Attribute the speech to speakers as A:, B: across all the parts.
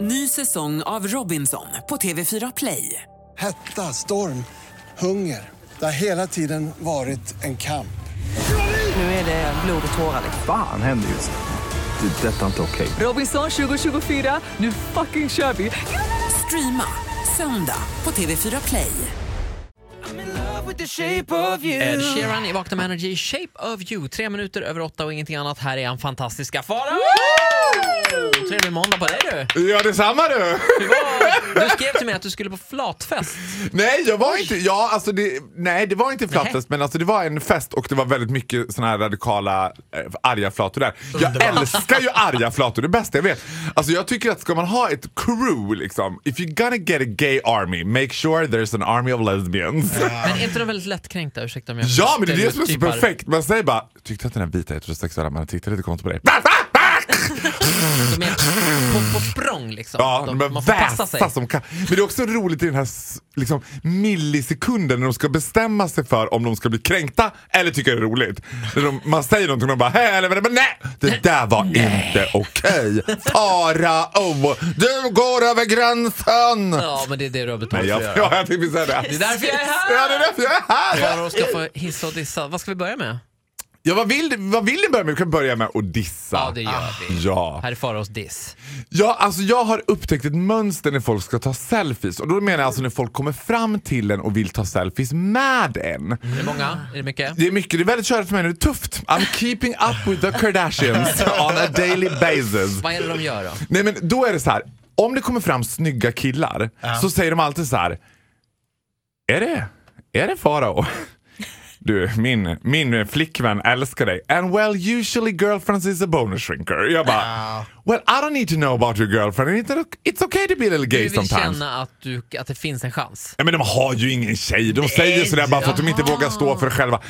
A: Ny säsong av Robinson på TV4 Play.
B: Hetta, storm, hunger. Det har hela tiden varit en kamp.
A: Nu är det blod och tårar.
C: Fan händer just nu. Det. är Detta är inte okej.
A: Robinson 2024, nu fucking kör vi! Streama söndag på TV4 Play.
D: Ed Sheeran i Vakna med Energy, Shape of You. Tre minuter över åtta och ingenting annat. Här är han, fantastiska Farao! Trevlig måndag på dig du!
E: Ja, detsamma du!
D: Du, var, du skrev till mig att du skulle på flatfest.
E: Nej, jag var inte... Ja, alltså det, nej, det var inte flatfest, men alltså det var en fest och det var väldigt mycket såna här radikala eh, arga flator där. Jag älskar ju arga flator, det bästa jag vet. Alltså jag tycker att ska man ha ett crew liksom, if you're gonna get a gay army, make sure there's an army of lesbians.
D: Men är inte de väldigt lättkränkta? Ursäkta om jag
E: Ja, men det är det som är så
D: stereotypar.
E: perfekt. Man säger bara, tyckte att den här vita heterosexuella mannen tittade lite konstigt på dig.
D: De är på, på språng liksom.
E: Ja,
D: de,
E: men
D: man får passa sig.
E: Som kan. Men det är också roligt i den här s- liksom, millisekunden när de ska bestämma sig för om de ska bli kränkta eller tycka det är roligt. När de, man säger någonting och de bara hej eller men nej! Det där var inte okej. Farao, du går över gränsen!
D: Ja, men det är det du har betalt
E: Nej, jag,
D: för att
E: ja,
D: göra.
E: jag tänkte säga det.
D: Det är därför jag är här!
E: Ja, det är därför jag är här!
D: Farao ska få hissa och dissa. Vad ska vi börja med?
E: Ja, vad, vill, vad vill ni börja med? Vi kan börja med att dissa.
D: Ja, det gör vi.
E: Ja.
D: Här är Faraos diss.
E: Ja, alltså jag har upptäckt ett mönster när folk ska ta selfies. Och då menar jag alltså när folk kommer fram till en och vill ta selfies med en.
D: Är det många? Är det mycket?
E: Det är mycket, det är väldigt körigt för mig nu, det är tufft. I'm keeping up with the Kardashians on a daily basis.
D: Vad är det de gör då?
E: Nej men då är det så här. om det kommer fram snygga killar så säger de alltid så här. Är det, är det Farao? Du, min, min flickvän älskar dig. And well, usually girlfriends is a bonus shrinker. Jag bara, well I don't need to know about your girlfriend. It's okay- It's okay to be a little
D: Du
E: gay
D: vill
E: sometimes.
D: känna att, du, att det finns en chans.
E: Ja, men de har ju ingen tjej. De säger sådär bara för att de inte vågar stå för det själva.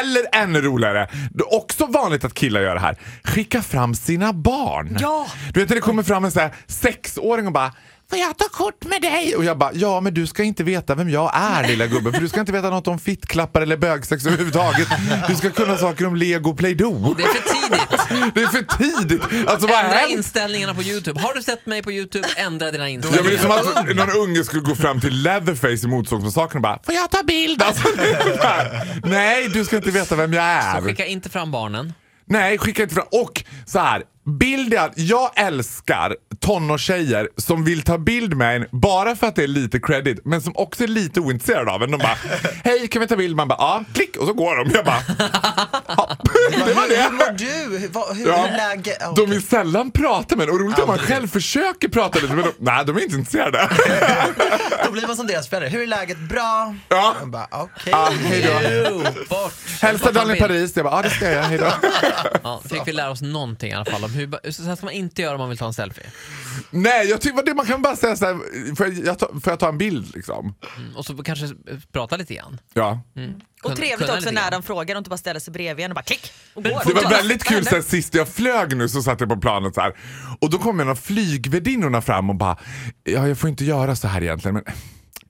E: Eller ännu roligare, det är också vanligt att killar gör det här. Skicka fram sina barn.
D: Ja.
E: Du vet när det kommer fram en sån här sexåring och bara Får jag ta kort med dig? Och jag bara, ja men du ska inte veta vem jag är lilla gubben för du ska inte veta något om fittklappar eller bögsex överhuvudtaget. Du ska kunna saker om lego play-doh.
D: Det är för tidigt.
E: Det är för tidigt. Alltså vad har
D: Ändra
E: hänt?
D: inställningarna på Youtube. Har du sett mig på Youtube, ändra dina
E: Ja, men det är
D: inställningar.
E: som att någon unge skulle gå fram till Leatherface i Motorsågsmassakern och bara “Får jag ta bild?” alltså, det är så här, Nej, du ska inte veta vem jag är.
D: Skicka inte fram barnen.
E: Nej, skicka inte fram. Och så här, bilden. Jag älskar tonårstjejer som vill ta bild med en bara för att det är lite credit, men som också är lite ointresserade av en. De bara “Hej, kan vi ta bild?” Man bara “Ja, klick” och så går de. Jag bara ja, Det var
F: Hur mår
E: det.
F: du? Hur, vad, hur
E: Ja.
F: är läget? Ja,
E: De
F: okej.
E: vill sällan prata med en och roligt om man själv försöker prata lite men de, nej, de är inte intresserade.
F: Då blir man som deras föräldrar. Hur är läget? Bra?
E: Ja.
F: Man bara, okej.
E: Ja, hejdå.
D: Jo, Bort.
E: Hälsa
D: Bort från
E: Daniel
D: bild.
E: Paris. Jag bara, ja det ska jag, hejdå.
D: Ja, fick vi lära oss någonting i alla fall. Om hur, så här ska man inte göra om man vill ta en selfie.
E: Nej, jag tycker, det- man kan bara säga såhär, får jag, jag ta, får jag ta en bild liksom?
D: Mm, Och så kanske eh, prata lite grann.
E: Ja.
D: Mm.
G: Och
D: Kunna-
G: trevligt
D: kunna
G: också
D: lite
G: när
D: grann.
G: de frågar och inte bara ställer sig bredvid en och bara klick och går.
E: Det var väldigt kul sen sist jag flög nu så satt jag på planet så här. och då kom en av flygvärdinnorna fram och bara, ja jag får inte göra så här egentligen men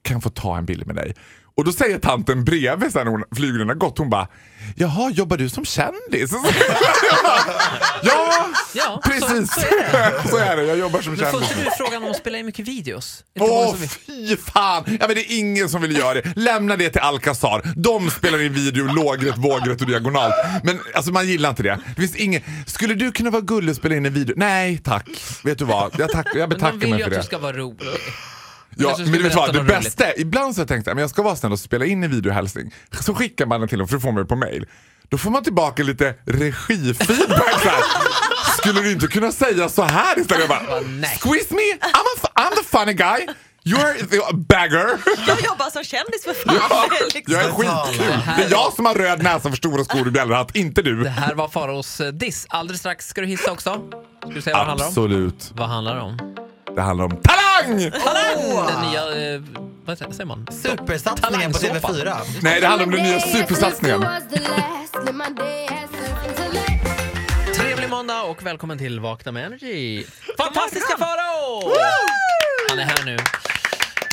E: kan jag få ta en bild med dig? Och då säger tanten bredvid sen när hon- flygvärdinnan har gått, hon bara, jaha jobbar du som kändis? Och så- Jag bara, ja,
D: Ja, så-
E: precis.
D: så
E: Så,
D: är
E: är det. jag jobbar som
D: Men får
E: kändis.
D: inte du frågan om att spela in mycket videos? Är det inte många
E: Åh
D: som vill?
E: fy fan! Ja, men det är ingen som vill göra det. Lämna det till Alcazar. De spelar in video lågrätt, vågrätt och diagonalt. Men alltså, man gillar inte det. det finns ingen... Skulle du kunna vara gullig och spela in en video? Nej tack. Vet du vad? Jag, tack, jag
D: Men de
E: betackar
D: vill
E: mig
D: ju
E: för
D: att
E: det.
D: du ska vara rolig.
E: Ja,
D: Kanske
E: men
D: ska berätta
E: du vet vad, det
D: något
E: bästa är, ibland så har jag tänkt att jag ska vara snäll och spela in en videohälsning. Så skickar man den till dem för att få mig på mail. Då får man tillbaka lite regifeedback. så här. Skulle du inte kunna säga så här istället? Jag bara,
D: nej.
E: Squeeze me, I'm, a, f- I'm the funny guy. You're the bagger.
G: Jag jobbar som kändis för fan.
E: Ja,
G: liksom.
E: jag är skitkul. Det är jag som har röd näsa för stora skor och bjällrahatt, inte
D: Det
E: du.
D: här var Faraos eh, diss. Alldeles strax ska du hissa också. Ska du säga vad det handlar om?
E: Absolut.
D: Vad handlar det om?
E: Det handlar om talang!
D: Den nya... Eh, vad säger man?
F: Supersatsningen på
D: Talangsåpan.
F: TV4.
E: Nej, det handlar om den nya supersatsningen.
D: Trevlig måndag och välkommen till Vakna med Energy. Fantastiska Farao! Han är här nu.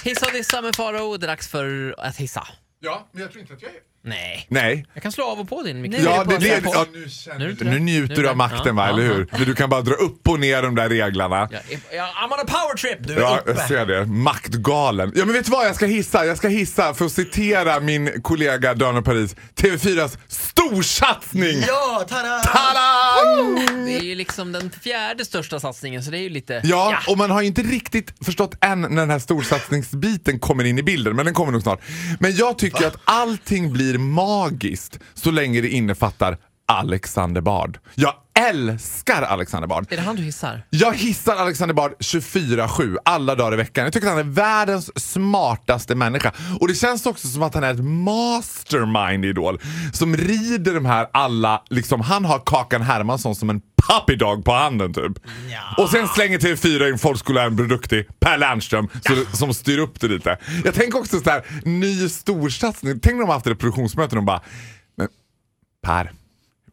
D: Hissa och dissa med Farao. Det är dags för att hissa.
E: Ja, men jag tror inte att jag är...
D: Nej.
E: Nej.
D: Jag kan slå av och på din mikrofon.
E: Ja, det, det,
D: på.
E: ja, nu, känner
D: Nu
E: du,
D: är det- nu
E: nu njuter
D: är
E: du
D: det-
E: av makten, va,
D: ja,
E: eller
D: ja.
E: hur? Du kan bara dra upp och ner de där reglarna.
D: Jag är- jag- I'm on a power trip! Du är
E: Ja,
D: uppe.
E: jag ser det. Maktgalen. Ja, men vet du vad jag ska hissa? Jag ska hissa för att citera min kollega Daniel Paris. TV4s storsatsning!
F: Ja, tada!
E: Talang!
D: Det är ju liksom den fjärde största satsningen så det är ju lite...
E: Ja, och man har ju inte riktigt förstått än när den här storsatsningsbiten kommer in i bilden, men den kommer nog snart. Men jag tycker att allting blir magiskt så länge det innefattar Alexander Bard. Jag älskar Alexander Bard.
D: Är det han du hissar?
E: Jag hissar Alexander Bard 24-7 alla dagar i veckan. Jag tycker att han är världens smartaste människa. Och det känns också som att han är ett mastermind i Idol. Som rider de här alla, liksom han har Kakan Hermansson som en puppy dog på handen typ. Och sen slänger TV4 in folkskolläraren Produkti, Per Lernström, så, som styr upp det lite. Jag tänker också så här, ny storsatsning. Tänk när de har haft ett produktionsmöte och de bara, men Per.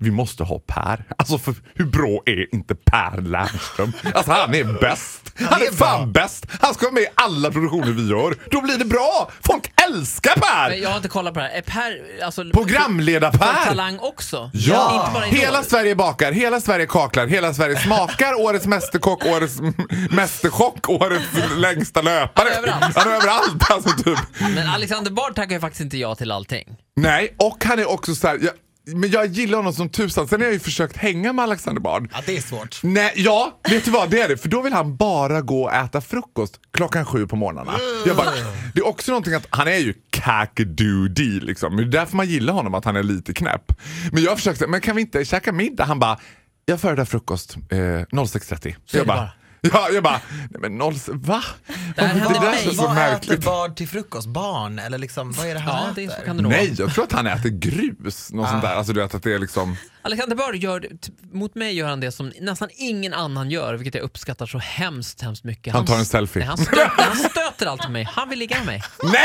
E: Vi måste ha Per. Alltså för hur bra är inte Per Lernström? Alltså han är bäst. Han är
F: är bra.
E: fan bäst. Han ska vara med i alla produktioner vi gör. Då blir det bra. Folk älskar
D: Men
E: Per!
D: jag har inte kollat på det här. Är Per... Alltså, Per
E: Programledar-Per!
D: Talang också?
E: Ja!
D: Inte bara Idol.
E: Hela Sverige bakar, hela Sverige kaklar, hela Sverige smakar, årets mästerkock, årets m- mästerchock, årets längsta löpare.
D: Han är överallt.
E: Han är överallt alltså typ.
D: Men Alexander Bard tackar ju faktiskt inte ja till allting.
E: Nej, och han är också så här, jag, men jag gillar honom som tusan. Sen har jag ju försökt hänga med Alexander Bard.
F: Ja, det är svårt.
E: Nej, ja, vet du vad det är det. För då vill han bara gå och äta frukost klockan sju på morgnarna. Jag bara, det är också någonting att han är ju kakadoo liksom. Det är därför man gillar honom, att han är lite knäpp. Men jag försökte, men kan vi inte käka middag? Han bara, jag föredrar frukost eh, 06.30.
D: är
E: Så jag
D: det
E: bara,
D: bara.
E: ja, jag bara, nej men 0, va?
D: Det här
E: Varför-
D: hände
E: där
D: mig.
E: känns så
F: Vad äter
E: märkligt.
F: barn till frukost? Barn? Eller liksom, vad är det han
D: Ja, det
F: äter?
D: så kan det nog vara.
E: Nej, jag tror att han äter grus.
D: Ah.
E: Något sånt där. Alltså du vet att det är liksom...
D: Alexander Bard gör, t- mot mig gör han det som nästan ingen annan gör, vilket jag uppskattar så hemskt, hemskt mycket.
E: Han tar en
D: s-
E: selfie.
D: Nej, han, stöter, han stöter alltid mig. Han vill ligga med mig.
E: Nej!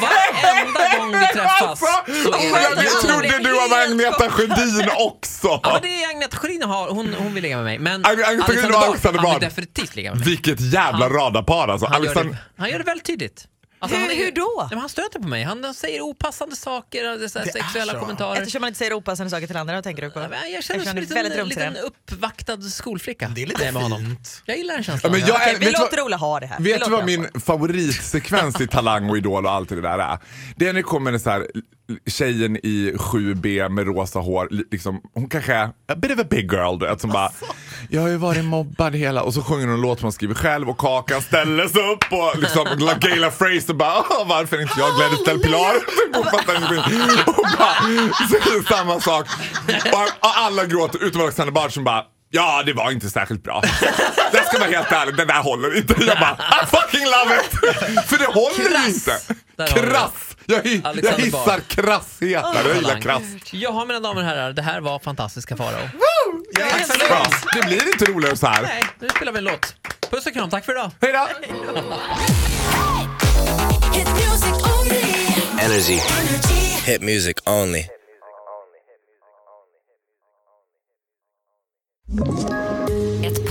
D: Varenda gång vi träffas
E: Alltså,
D: så är det
E: jag
G: Jo.
E: trodde du var med Agneta Sjödin också!
D: Ja, men det är Agneta Sjödin har, hon, hon vill ligga med mig. Men
E: Agneta Sjödin och Alexander
D: han
E: Bard.
D: vill definitivt ligga med mig.
E: Vilket jävla radarpar alltså.
D: Han, gör,
E: Alexander,
D: det, han gör det väldigt tydligt. Alltså,
G: Hur-
D: han är-
G: hur då?
D: Nej, men han stöter på mig. Han, han säger opassande saker, och så här
F: Det är
D: sexuella
F: så.
D: kommentarer.
G: Eftersom man inte säger opassande saker till andra, vad tänker du på?
D: Ja, men Jag
G: Eftersom
D: känner
G: det
D: mig
G: är
D: som en
G: väldigt
D: liten,
G: rum till
D: liten
G: den.
D: uppvaktad skolflicka.
F: Det är lite
D: när jag är med honom.
F: fint.
D: Jag gillar den
E: Ja,
D: känslan.
E: men jag är-
G: Okej,
E: vet
G: vi
E: du vad-
G: låter Ola ha det här. Vi
E: Vet du
G: låter
E: vad
G: han få
E: min
G: det.
E: favoritsekvens i Talang och Idol och allt det där är? Det är när det kommer en så här, l- tjejen i 7B med rosa hår. li- Liksom, hon kanske är a bit of a big girl. Du vet, som bara,
G: Alltså.
E: jag har ju varit mobbad hela... Och så sjunger hon en låt som hon skriver själv och Kakan ställer sig upp och liksom, la Gayla Fraser bara "Åh, “Varför är inte jag Gladys Del Pilar?” Hon fattar ingenting. Och bara, så är det samma sak. Och, och alla gråter utom Alexander Bard som bara Ja, det var inte särskilt bra. Jag ska vara helt ärlig, den där håller inte. Jag bara, I fucking love it! För det håller
D: Krass.
E: inte.
D: Där har vi det.
E: Krass! Jag, hi- jag
D: Alexander
E: hissar
D: Bard.
E: krassheter. Jag gillar
D: Talang.
E: krass.
D: Jaha mina damer och herrar, det här var fantastiska Farao.
G: Tack så
E: Bra.
G: mycket.
E: Det blir inte roligare så här.
D: Nej, nu spelar vi en låt. Puss och kram, tack för idag.
E: Hej då!
H: Hit music only.
I: Energy.
H: Energy.
I: Hit music only.
J: Ett